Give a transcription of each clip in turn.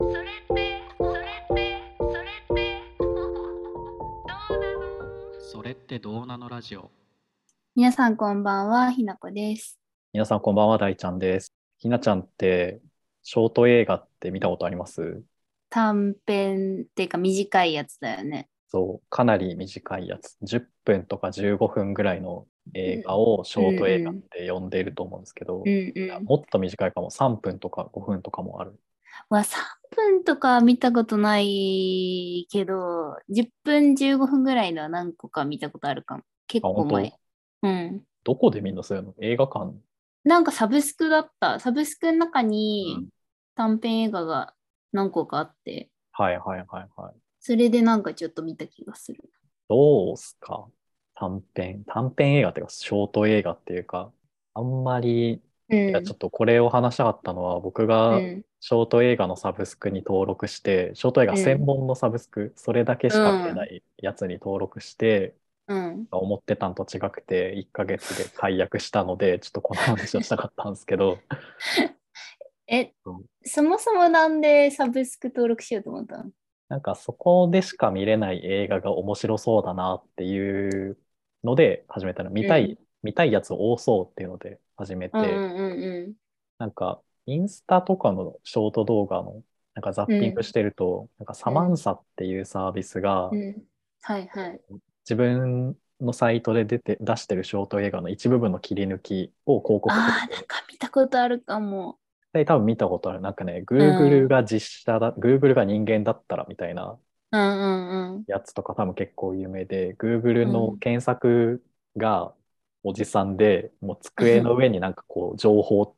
ってどうなのラジオ皆さんこんばんは、ひなこです。皆さんこんばんは、大ちゃんです。ひなちゃんって、ショート映画って見たことあります短編っていうか短いやつだよね。そう、かなり短いやつ。10分とか15分ぐらいの映画をショート映画って呼んでいると思うんですけどうん、いやうん。もっと短いかも。3分とか5分とかもある。わ、3分とか見たことないけど、10分15分ぐらいのは何個か見たことあるかも。結構前あ。うん。どこでみんなそういうの映画館なんかサブスクだった。サブスクの中うにん短編映画が何個かあって、はいはいはいはい。それでなんかちょっと見た気がする。どうすか短編。短編映画っていうか、ショート映画っていうか、あんまり、うん。いやちょっとこれを話したかったのは、僕がうんショート映画のサブスクに登録して、ショート映画専門のサブスク、それだけしか見てないやつに登録して、うん。思ってたんと違くて、1ヶ月で解約したので、ちょっとこの話をしたかったんです けど、えうん、そもそもなんでサブスク登録しようと思ったのなんかそこでしか見れない映画が面白そうだなっていうので始めたの。見たい、うん見たいやつ多そうっていうので始めて、うんうんうんなんか、インスタとかのショート動画の、なんかザッピングしてると、なんかサマンサっていうサービスが、うん。うん。はいはい。自分のサイトで出て出してるショート映画の一部分の切り抜きを広告ああ、となんか見たことあるかも。で多分見たことある。なんかね、Google が実写だ、Google が人間だったらみたいなうんうんうん。やつとか多分結構有名で、Google の検索がおじさんで、もう机の上になんかこう情報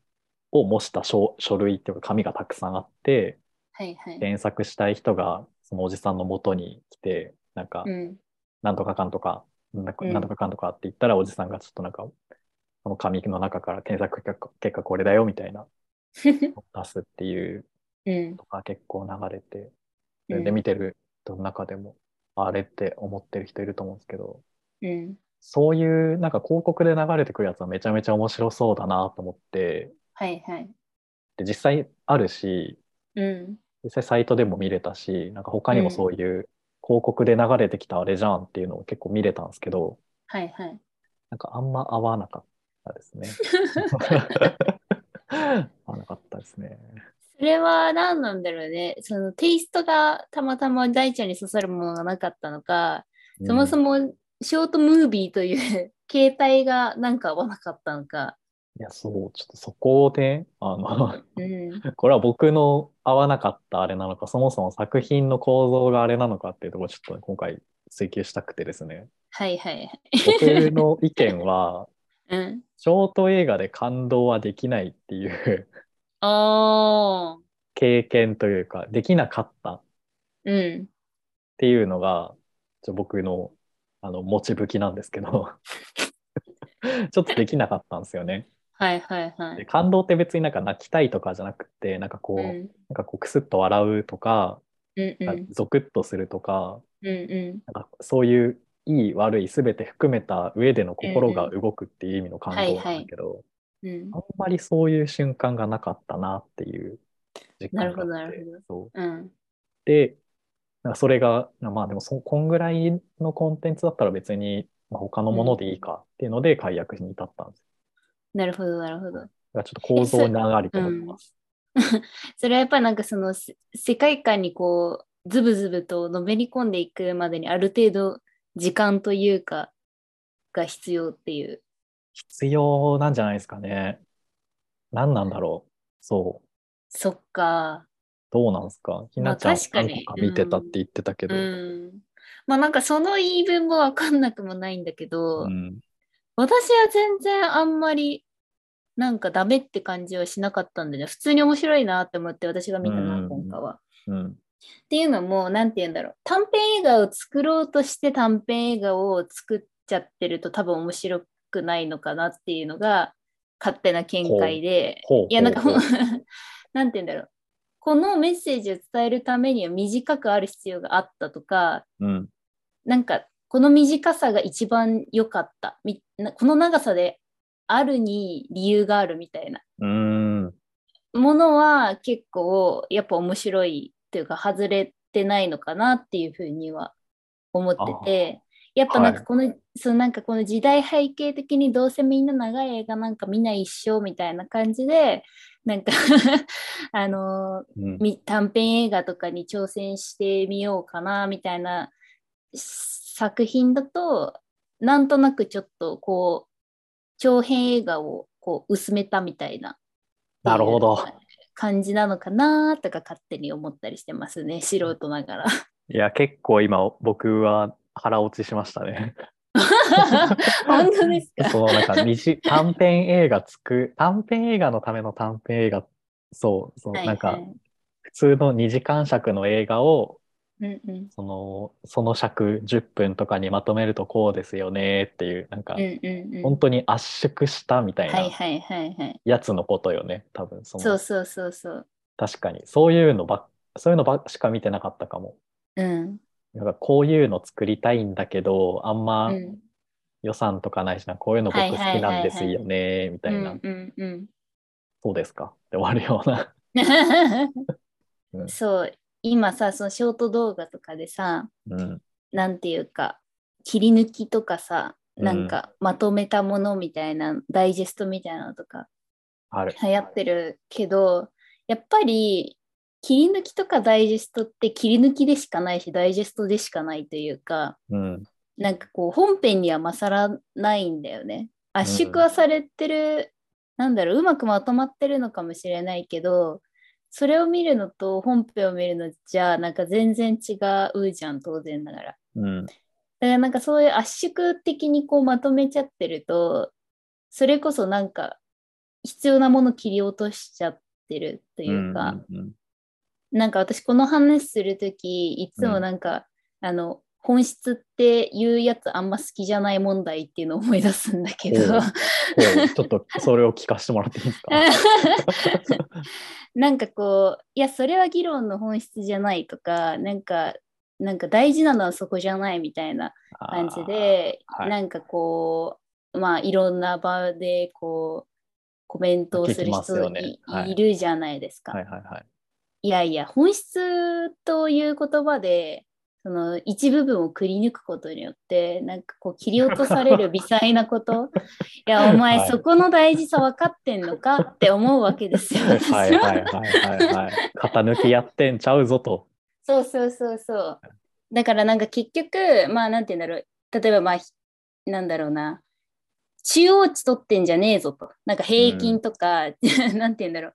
を模した書書類っていうか紙がたくさんあって、はいはい。検索したい人がそのおじさんの元に来て、なんか、うん。 なんとかかんとか、なんかうんなんとかかんとかって言ったら、おじさんがちょっとなんか、その紙の中から検索結果結果これだよみたいな、出すっていううん。とか結構流れて、うそれんで見てる人の中でも、あれって思ってる人いると思うんですけど、うん。そういうなんか広告で流れてくるやつはめちゃめちゃ面白そうだなと思って、はいはい。で実際あるし、うん。実際サイトでも見れたし、なんか他にうんもそういう広告で流れてきたあれじゃんっていうのを結構見れたんですけど、はいはい。なんかあんま合わなかったで すね。合わなかったですね。それは何なんだろうね。そのテイストがたまたま大ちゃんに刺さるものがなかったのか、そもそも、もショートムービーという 形態がなんか合わなかったのか。いや、そう、ちょっとそこで、あの、 うん。これは僕の合わなかったあれなのか、そもそも作品の構造があれなのかっていうところをちょっと今回追求したくてですね。はいはいはい。僕の意見は、うん。ショート映画で感動はできないっていうああ。経験というか、できなかったっうん。ていうのが、ちょ僕の、あの、持ちぶきなんですけど、 ちょっとできなかったんですよね。はいはいはでい。感動って別になんか泣きたいとかじゃなくてなんかこうう、ん。なんかこうクスッと笑うとか、うんうん。うんゾクッとするとかうん。なんかそういういい悪い全て含めた上での心が動くっていう意味の感動なんだけど、うんあんまりそういう瞬間がなかったなっていう実なる感ほどがあなってるほど。そううん。でなんかそれがまあでもそこんぐらいのコンテンツだったら別にまあ他のものでいいかっていうので解約に至ったんです、なるほど、なるほど。だからちょっと構造に流れて思います、それはやっぱなんかそのせ世界観にこう、ズブズブとのめり込んでいくまでにある程度時間というか、が必要っていう。必要なんじゃないですかね。何なんだろう。そう。そっか。どうなんですか。ひなちゃまん、あ確かに何個見てたって言ってたけど。うん。まあなんかその言い分もわかんなくもないんだけど、うん私は全然あんまりなんかダメって感じはしなかったんでね、普通に面白いなって思って私が見たうな、ん今回は。うん。っていうのも、なんて言うんだろう。短編映画を作ろうとして短編映画を作っちゃってると多分面白くないのかなっていうのが勝手な見解で。ほう。いや、なんか ほもうう、なんて言うんだろう。このメッセージを伝えるためには短くある必要があったとか、うん。なんかこの短さが一番良かった。みなこの長さであるに理由があるみたいな。うん。ものは結構やっぱ面白いというか外れてないのかなっていうふうには思っててやっぱなんかはこの、そのなんかこの時代背景的にどうせみんな長い映画なんか見ない一生みたいな感じで、なんか あのうんみ短編映画とかに挑戦してみようかなみたいな作品だとなんとなくちょっとこう長編映画をこう薄めたみたいななるほど。感じなのかなとか勝手に思ったりしてますね素人な がら。いや、結構今、僕は腹落ちしましたね。 本当ですかそのなんか二次、 短編映画つく、短編映画のための短編映画、そう、そのなんはかいは、い普通の2時間尺の映画を、うんうんその、その尺10分とかにまとめるとこうですよねっていう、なんかう、んうんうん本当に圧縮したみたいはいなはいはいはい。やつのことよね、多分、そそうの、そうそうそう。確かに。そういうのばっ、そういうのばっしか見てなかったかも。うん。なんかこういうの作りたいんだけど、あんうまん。予算とかないしな、こういうの僕はい好はきいはいはいなんですよね、みたいなう。んうんうん。そうですかって終わるような。 うんそう今さそのショート動画とかでさうん。なんていうか切り抜きとかさうんなんかまとめたものみたいな、ダイジェストみたいなのとかある。流行ってるけどやっぱり切り抜きとかダイジェストって切り抜きでしかないしダイジェストでしかないというかうん。なんかこう本編には勝らないんだよね圧縮はされてる、なんだろううまくまとまってるのかもしれないけどそれを見るのと本編を見るのじゃなんか全然違うじゃん当然ながらだかうん。らなんかそういう圧縮的にこうまとめちゃってるとそれこそなんか必要なもの切り落としちゃってるというか、うんうんなんか私この話するときいつもなんか、あの本質っていうやつあんま好きじゃない問題っていうのを思い出すんだけどおううんこうちょっとそれを聞かせてもらっていいですか なんかこういやそれは議論の本質じゃないとかなんかなんか大事なのはそこじゃないみたいな感じで、あーはいなんかこうまあいろんな場でこうコメントをする聞きます人よい,、ねはいいるじゃないですあかー。はいはいはい。いやいや、本質という言葉で、その一部分をくり抜くことによって、なんかこう切り落とされる微細な こと、いや、お前、はいそこの大事さ分かってんのかって思うわけですよ。私 はいはいはいはいはい。型抜きやってんちゃうぞと。そうそうそうそう。だからなんか結局、まあなんて言うんだろう。例えばまあ、ひなんだろうな。中央値取ってんじゃねえぞと。なんか平均とか、 なんて言うんだろう。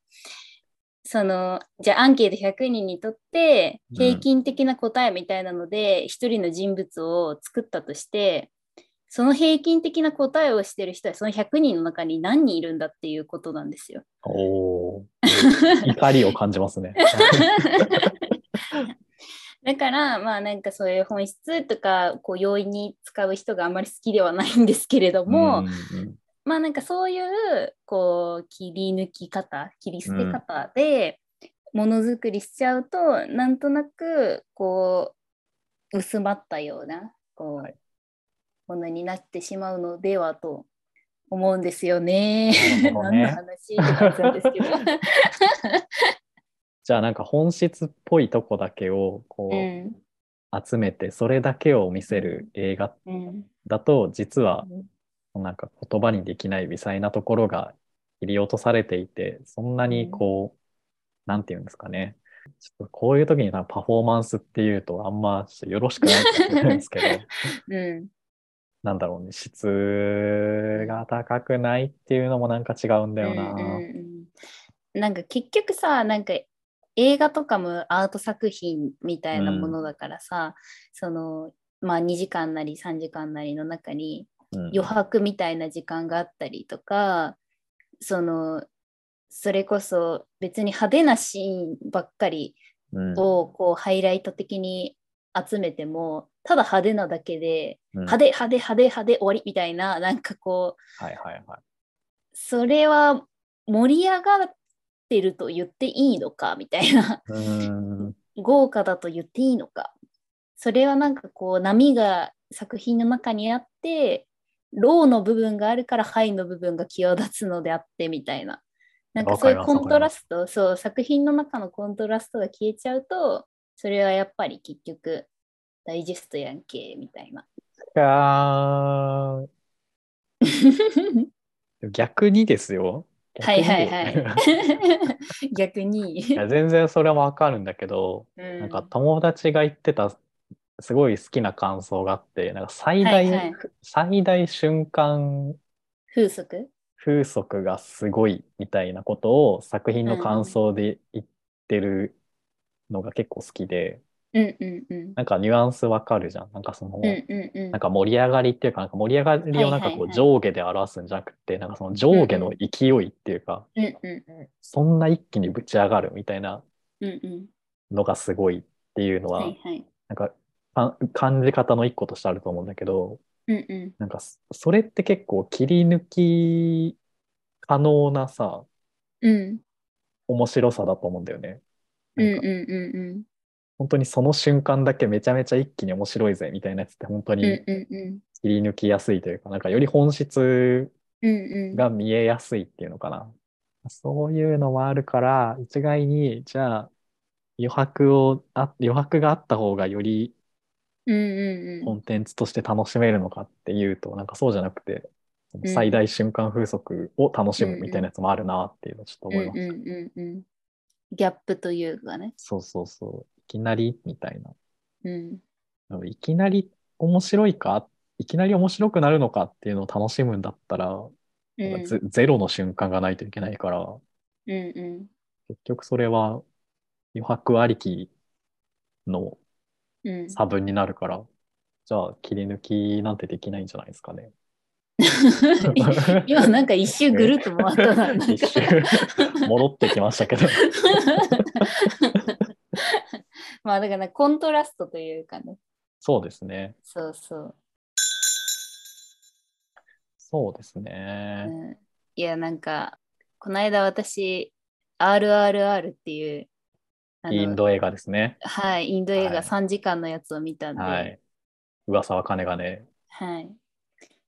その、じゃあアンケート100人にとって、うん平均的な答えみたいなので、一、人の人物を作ったとして、その平均的な答えをしてる人は、その100人の中に何人いるんだっていうことなんですよ。おお。怒りを感じますね。だからまあなんかそういう本質とかこう容易に使う人があんまり好きではないんですけれども、んんまあなんかそういうこう切り抜き方切り捨て方でものづくりしちゃうと、なんとなくこう薄まったようなこう、はいものになってしまうのではと思うんですよね。なるほどね 何の話って感じなん ですけど。じゃあなんか本質っぽいとこだけをこううん集めて、それだけを見せる映画うんだと実はなんか言葉にできない微細なところが切り落とされていてそんなにこう、なんていうんですかねちょっとこういう時になんかパフォーマンスっていうとあんまちょっとよろしくないと思うんですけど うんなんだろうね質が高くないっていうのもなんか違うんだよな。うんうんうんなんか結局さなんか映画とかもアート作品みたいなものだからさ、そのまあ2時間なり3時間なりの中にうん余白みたいな時間があったりとかそのそれこそ別に派手なシーンばっかりうんをこうハイライト的に集めてもただ派手なだけでうん派手派手派手派手終わりみたいななんかこうはいはいはい。それは盛り上がってると言っていいのかみたいな うーん豪華だと言っていいのかそれはなんかこう波が作品の中にあってローの部分があるからハイの部分が際立つのであってみたいななんかそういうわかコりますントラストそう作品の中のコントラストが消え ちゃうとそれはやっぱり結局ダイジェストやんけみたいなかー逆にですよ。はいはいはい 逆逆にに。いや全然それはわかるんだけど、ななんか友達が言ってたすごい好きな感想があってなんか最大、はいはい最大瞬間風俗風速がすごいみたいなことを作品の感想で言ってるのが結構好きで、うんうんうん。なんかニュアンスわかるじゃんなんかその、うんうんうん。なんか盛り上がりっていうかなんか盛り上がりをなんかはいこはいはうい上下で表すんじゃなくて、なんかその上下の勢いっていうか、うんうんう。そんな一気にぶち上がるみたいなんうんうん。のがすごいっていうのは、はいはい。なんかか感じ方の一個としてあると思うんだけどうんうん。なんかそそれって結構切り抜き可能なさうん面白さだと思うんだよね。うんなんうかんうんうん。本当にその瞬間だけめちゃめちゃ一気に面白いぜみたいなやつって本当うんにうんうん。切り抜きやすいというかなんかより本質うんうん。が見えやすいっていうのかな。そういうのもあるから一概にじゃあ余白をあ余白があった方がよりうんうんコうん。ンテンツとして楽しめるのかっていうと、なんかそうじゃなくて、ん最大瞬間風速を楽しむみたいなやつもあるなっていうのをちょっとうん思いうまんした。うんうん。ギャップというかね。そうそうそう。いきなりみたいうん。な。いきなり面白いかいきなり面白くなるのかっていうのを楽しむんだったら、うなんかんゼゼロの瞬間がないといけないから、うんうん結局それは余白ありきのうん。差分になるから、じゃあ切り抜きなんてできないんじゃないです かね。今なんか一周ぐるっと回ったな。なん一か周 戻ってきましたけど。 まあだからコントラストというかね。そうですね。そうそう。そうですうね。ん、いやなんかこの間私 RRR っていうあのインド映画ですね。はいインド映は画い3時間のやつを見たんで、ははいい。噂は金がね。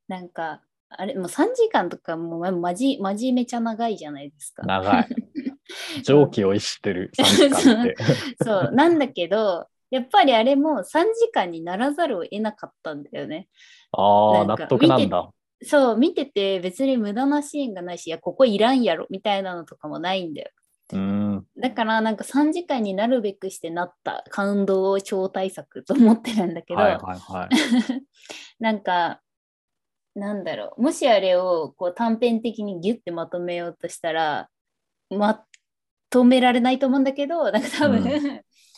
なんかあれもう3時間とかもうままじまじめちゃ長いじゃないですか。長い。蒸気を逸してる3時間って。 そうなんだけどやっぱりあれも3時間にならざるを得なかったんだよね。ああ、なん納か得なんだ。そう見てて別に無駄なシーンがないしいやここいらんやろみたいなのとかもないんだよ。うーん。だからなんか3時間になるべくしてなった感動超大作と思ってるんだけど、はいはいはい。 なんかなんだろうもしあれをこう短編的にギュッてまとめようとしたらまとめられないと思うんだけどなんか多分、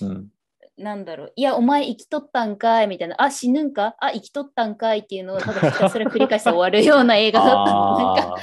うん、 なんだろういやお前生きとったんかいみたいなあ死ぬんかあ生きとったんかいっていうのをただひたすら繰り返して終わるような映画だったのなんかあ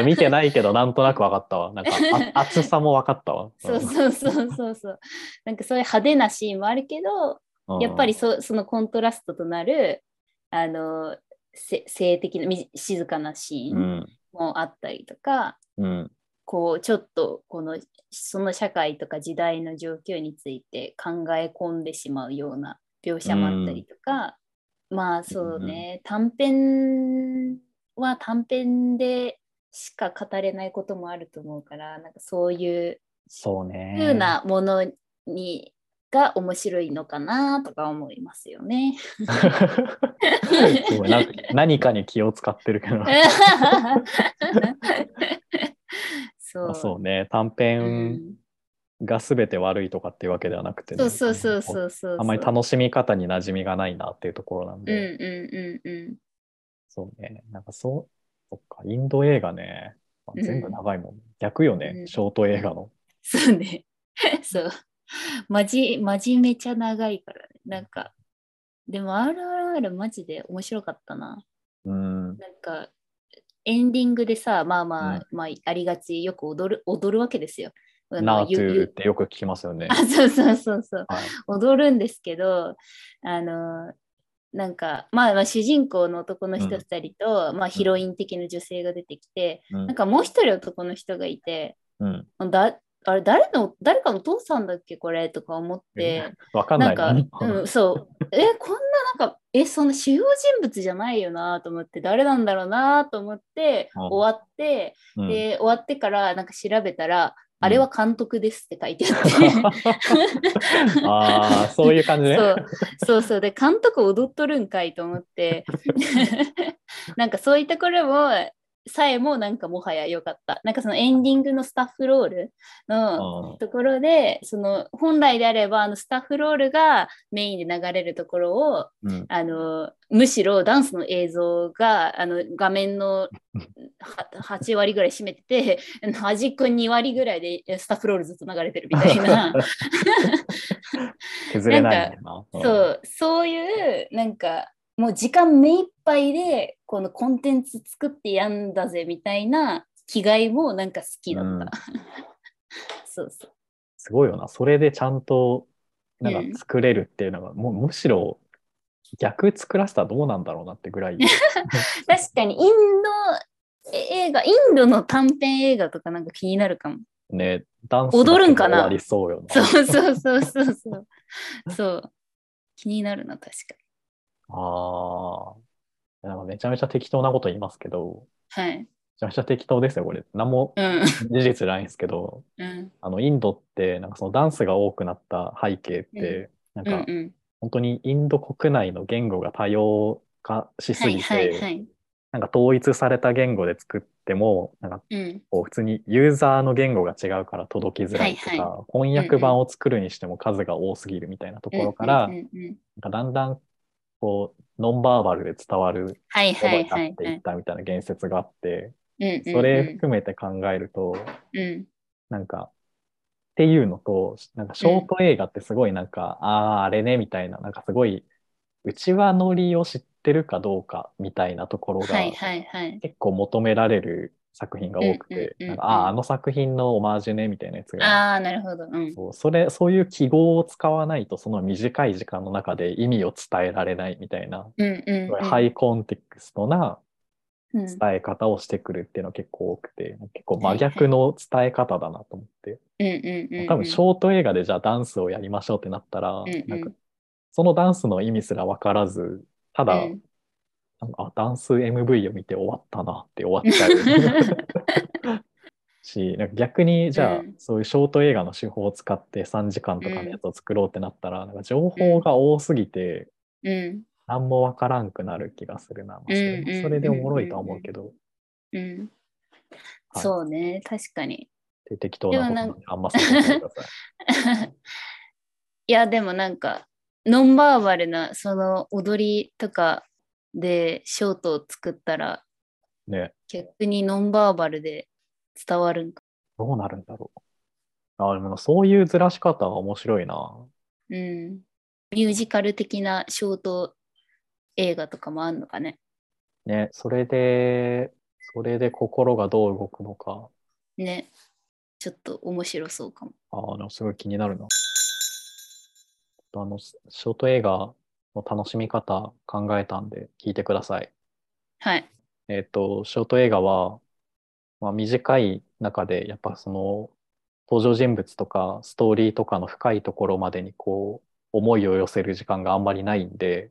あ。見てないけど、なんとなく分かったわ。なんか、 あ熱さも分かったわ。そうそうそうそうそうなんかそういう派手なシーンもあるけどうんやっぱり、そそのコントラストとなるあのせ性的なみ静かなシーうンん。もあったりとか、うん。こうちょっとこのその社会とか時代の状況について考え込んでしまうような描写もあったりとか、まあそうね、短編は短編でしか語れないこともあると思うからなんかそういうそうね。風なものに、が面白いのかなとか思いますよね。 すごいなんか何かに気を使ってるけど。 そう。 そうね短う編んが全て悪いとかっていうわけではなくてね、そうそうそうそうそう。あんまり楽しみ方に馴染みがないなっていうところなんうんで、うんうんうん。そうねなんかそうそっかインド映画ねまあ全部長いもん、逆よね、うんショート映画のそうね。 そう。まじ、まじめちゃ長いからね。なんか、でも RRR マジで面白かったな。うんなんか、エンディングでさ、まあまあ、うんまあ、ありがち、よく踊る、踊るわけですよ。あナのーゆトゥーっゆてよく聞きます よねあ、そうそうそうそう。はい踊るんですけどあのなんか、まあ、まあ主人公の男の人うん2人と、まあ、ヒロイン的な女性が出てきて、うんなんかもう一人男の人がいてうんだあれ誰の誰かのお父さんだっけこれとか思ってわかんななんいかな、う ん、そうえこんななんかえその主要人物じゃないよなと思って誰なんだろうなと思ってうん終わって、うんで終わってからなんか調べたらあれは監督ですって書いてあって。 ああ、そういう感じね。そうそうそうで監督踊っとるんかいと思って なんかそういったこれもさえもなんかもはや良かったなんかそのエンディングのスタッフロールのうんところでその本来であればあのスタッフロールがメインで流れるところをうんあのむしろダンスの映像があの画面のは8割ぐらい占めててあの端っこ2割ぐらいでえスタッフロールずっと流れてるみたい な。 削れないもんそな。うんう、そういう、なんか、もう時間目いっぱいで、このコンテンツ作ってやんだぜみたいな気概もなんか好きだった。うん そうそう。すごいよな。それでちゃんとなうんんか作れるっていうのが、もうむしろ逆作らせたらどうなんだろうなってぐらい。確かに、インド映画、インドの短編映画とかなんか気になるかも。 ね、ダンス踊るんかなだけで終わりそうよそな。うそうそうそう そう。そう。気になるな、確ああ。なんかめちゃめちゃ適当なこと言いますけど、かに。はい。めちゃめちゃ適当ですよ、これ。何もうん。事実ないんですけど、うん。あの、インドって、なんかそのダンスが多くなった背景って、うなんんかうん。本当にインド国内の言語が多様化しすはぎいて、はいはい。なんか統一された言語で作っても、なんかうん。こう普通にユーザーの言語が違うから届きづらいとか、はい翻訳版を作るにしても数が多すぎるみたいなところから、うんうんうんなんかだんだんこうノンバーバルで伝わるはいは言葉いにはなっいてはいっい。たみたいな言説があって、うんうんうんそれ含めて考えると、うん。なんか、っていうのと、なんかショート映画ってすごいなんか、ああ、あれねみたいな、なんかすごい、うちわノリを知ってるかどうかみたいなところが、はいはいはい。結構求められる作品が多くて、うんうんうんうんなんかああ、あの作品のオマージュねみたいなやつが、ああ、なるほど。うん。そうそれそういう記号を使わないと、その短い時間の中で意味を伝えられないみたいな、うんうん、すうごいん。ハイコンテクストなうん。伝え方をしてくるっていうのが結構多くて、結構真逆の伝え方だなと思って。うんうんうんうん。多分ショート映画でじゃあダンスをやりましょうってなったら、んうんなんかそのダンスの意味すら分からずただ、うんなんかあダンス MV を見て終わったなって終わっちゃ うしなんか逆にじゃあ、うんそういうショート映画の手法を使って3時間とかのやつを作ろうってなったら、なんか情報が多すぎてうん何も分からんくなる気がするな、まあそれうんうんそれでおもろいとは思うけど、うん。はいそうね、確かに。 で適当なこでもとなんにあんまさせないでください。いや、でもなんか、ノンバーバルな、その踊りとかでショートを作ったら、 ね逆にノンバーバルで伝わるんか。どうなるんだろう。あでもそういうずらし方は面白いな。うん。ミュージカル的なショート映画とかもあんのかね。ね、それで、それで心がどう動くのか。ね。ちょっと面白そうかも。ああ、でもすごい気になるな。あの、ショート映画の楽しみ方考えたんで聞いてください。はい。えっ、と、ショート映画は、まあ、短い中で、やっぱその、登場人物とかストーリーとかの深いところまでにこう、思いを寄せる時間があんまりないんで、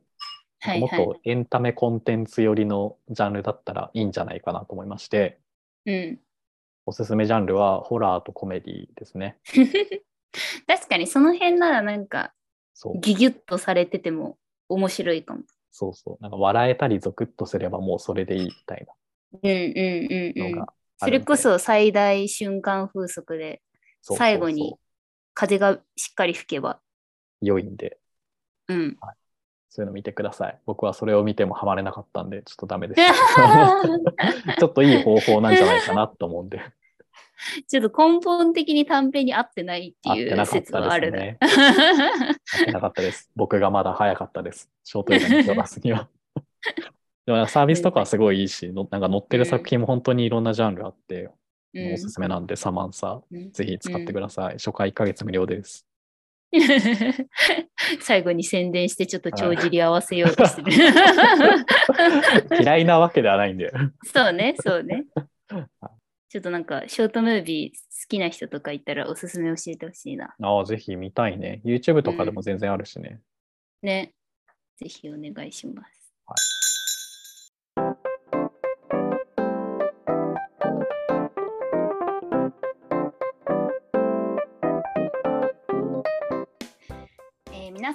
はいもっはい。とエンタメコンテンツ寄りのジャンルだったらいいんじゃないかなと思いまして、うん。おすすめジャンルはホラーとコメディですね。 確かにその辺ならなんかそうギュギュッとされてても面白いかも。そうそう。なんか笑えたりゾクッとすればもうそれでいいみたいうんうんうなんうのんが。あそるれんでこそ最大瞬間風速でそう最後にそうそ風がしっかり吹けば。う良いんで、 うん。そういうの見てください。僕はそれを見てもハマれなかったんで、ちょっとダ メです。 ちょっといい方法なんじゃないかなと思うん で、ちょっと根本的に短編に合ってない合っっていてうなかっ説たはあでするね。ね。合ってなかったです。 僕がまだ早かったです。ショート映画に手を出すには。 でもなんかサービスとかはすごいいいし、のなんか載ってる作品も本当にいろんなジャンルあって、 うんおすすめなんで、サマンサ、うんぜひ使ってください。初回1ヶ月無料です。 最後に宣伝してちょっと帳尻合わせようとしてる。 嫌いなわけではないんで。そうね、そうね。ちょっとなんか、ショートムービー好きな人とかいたらおすすめ教えてほしいな。ああ、ぜひ見たいね。YouTube とかでも全然あるしね。ね。ぜひお願いします。ー皆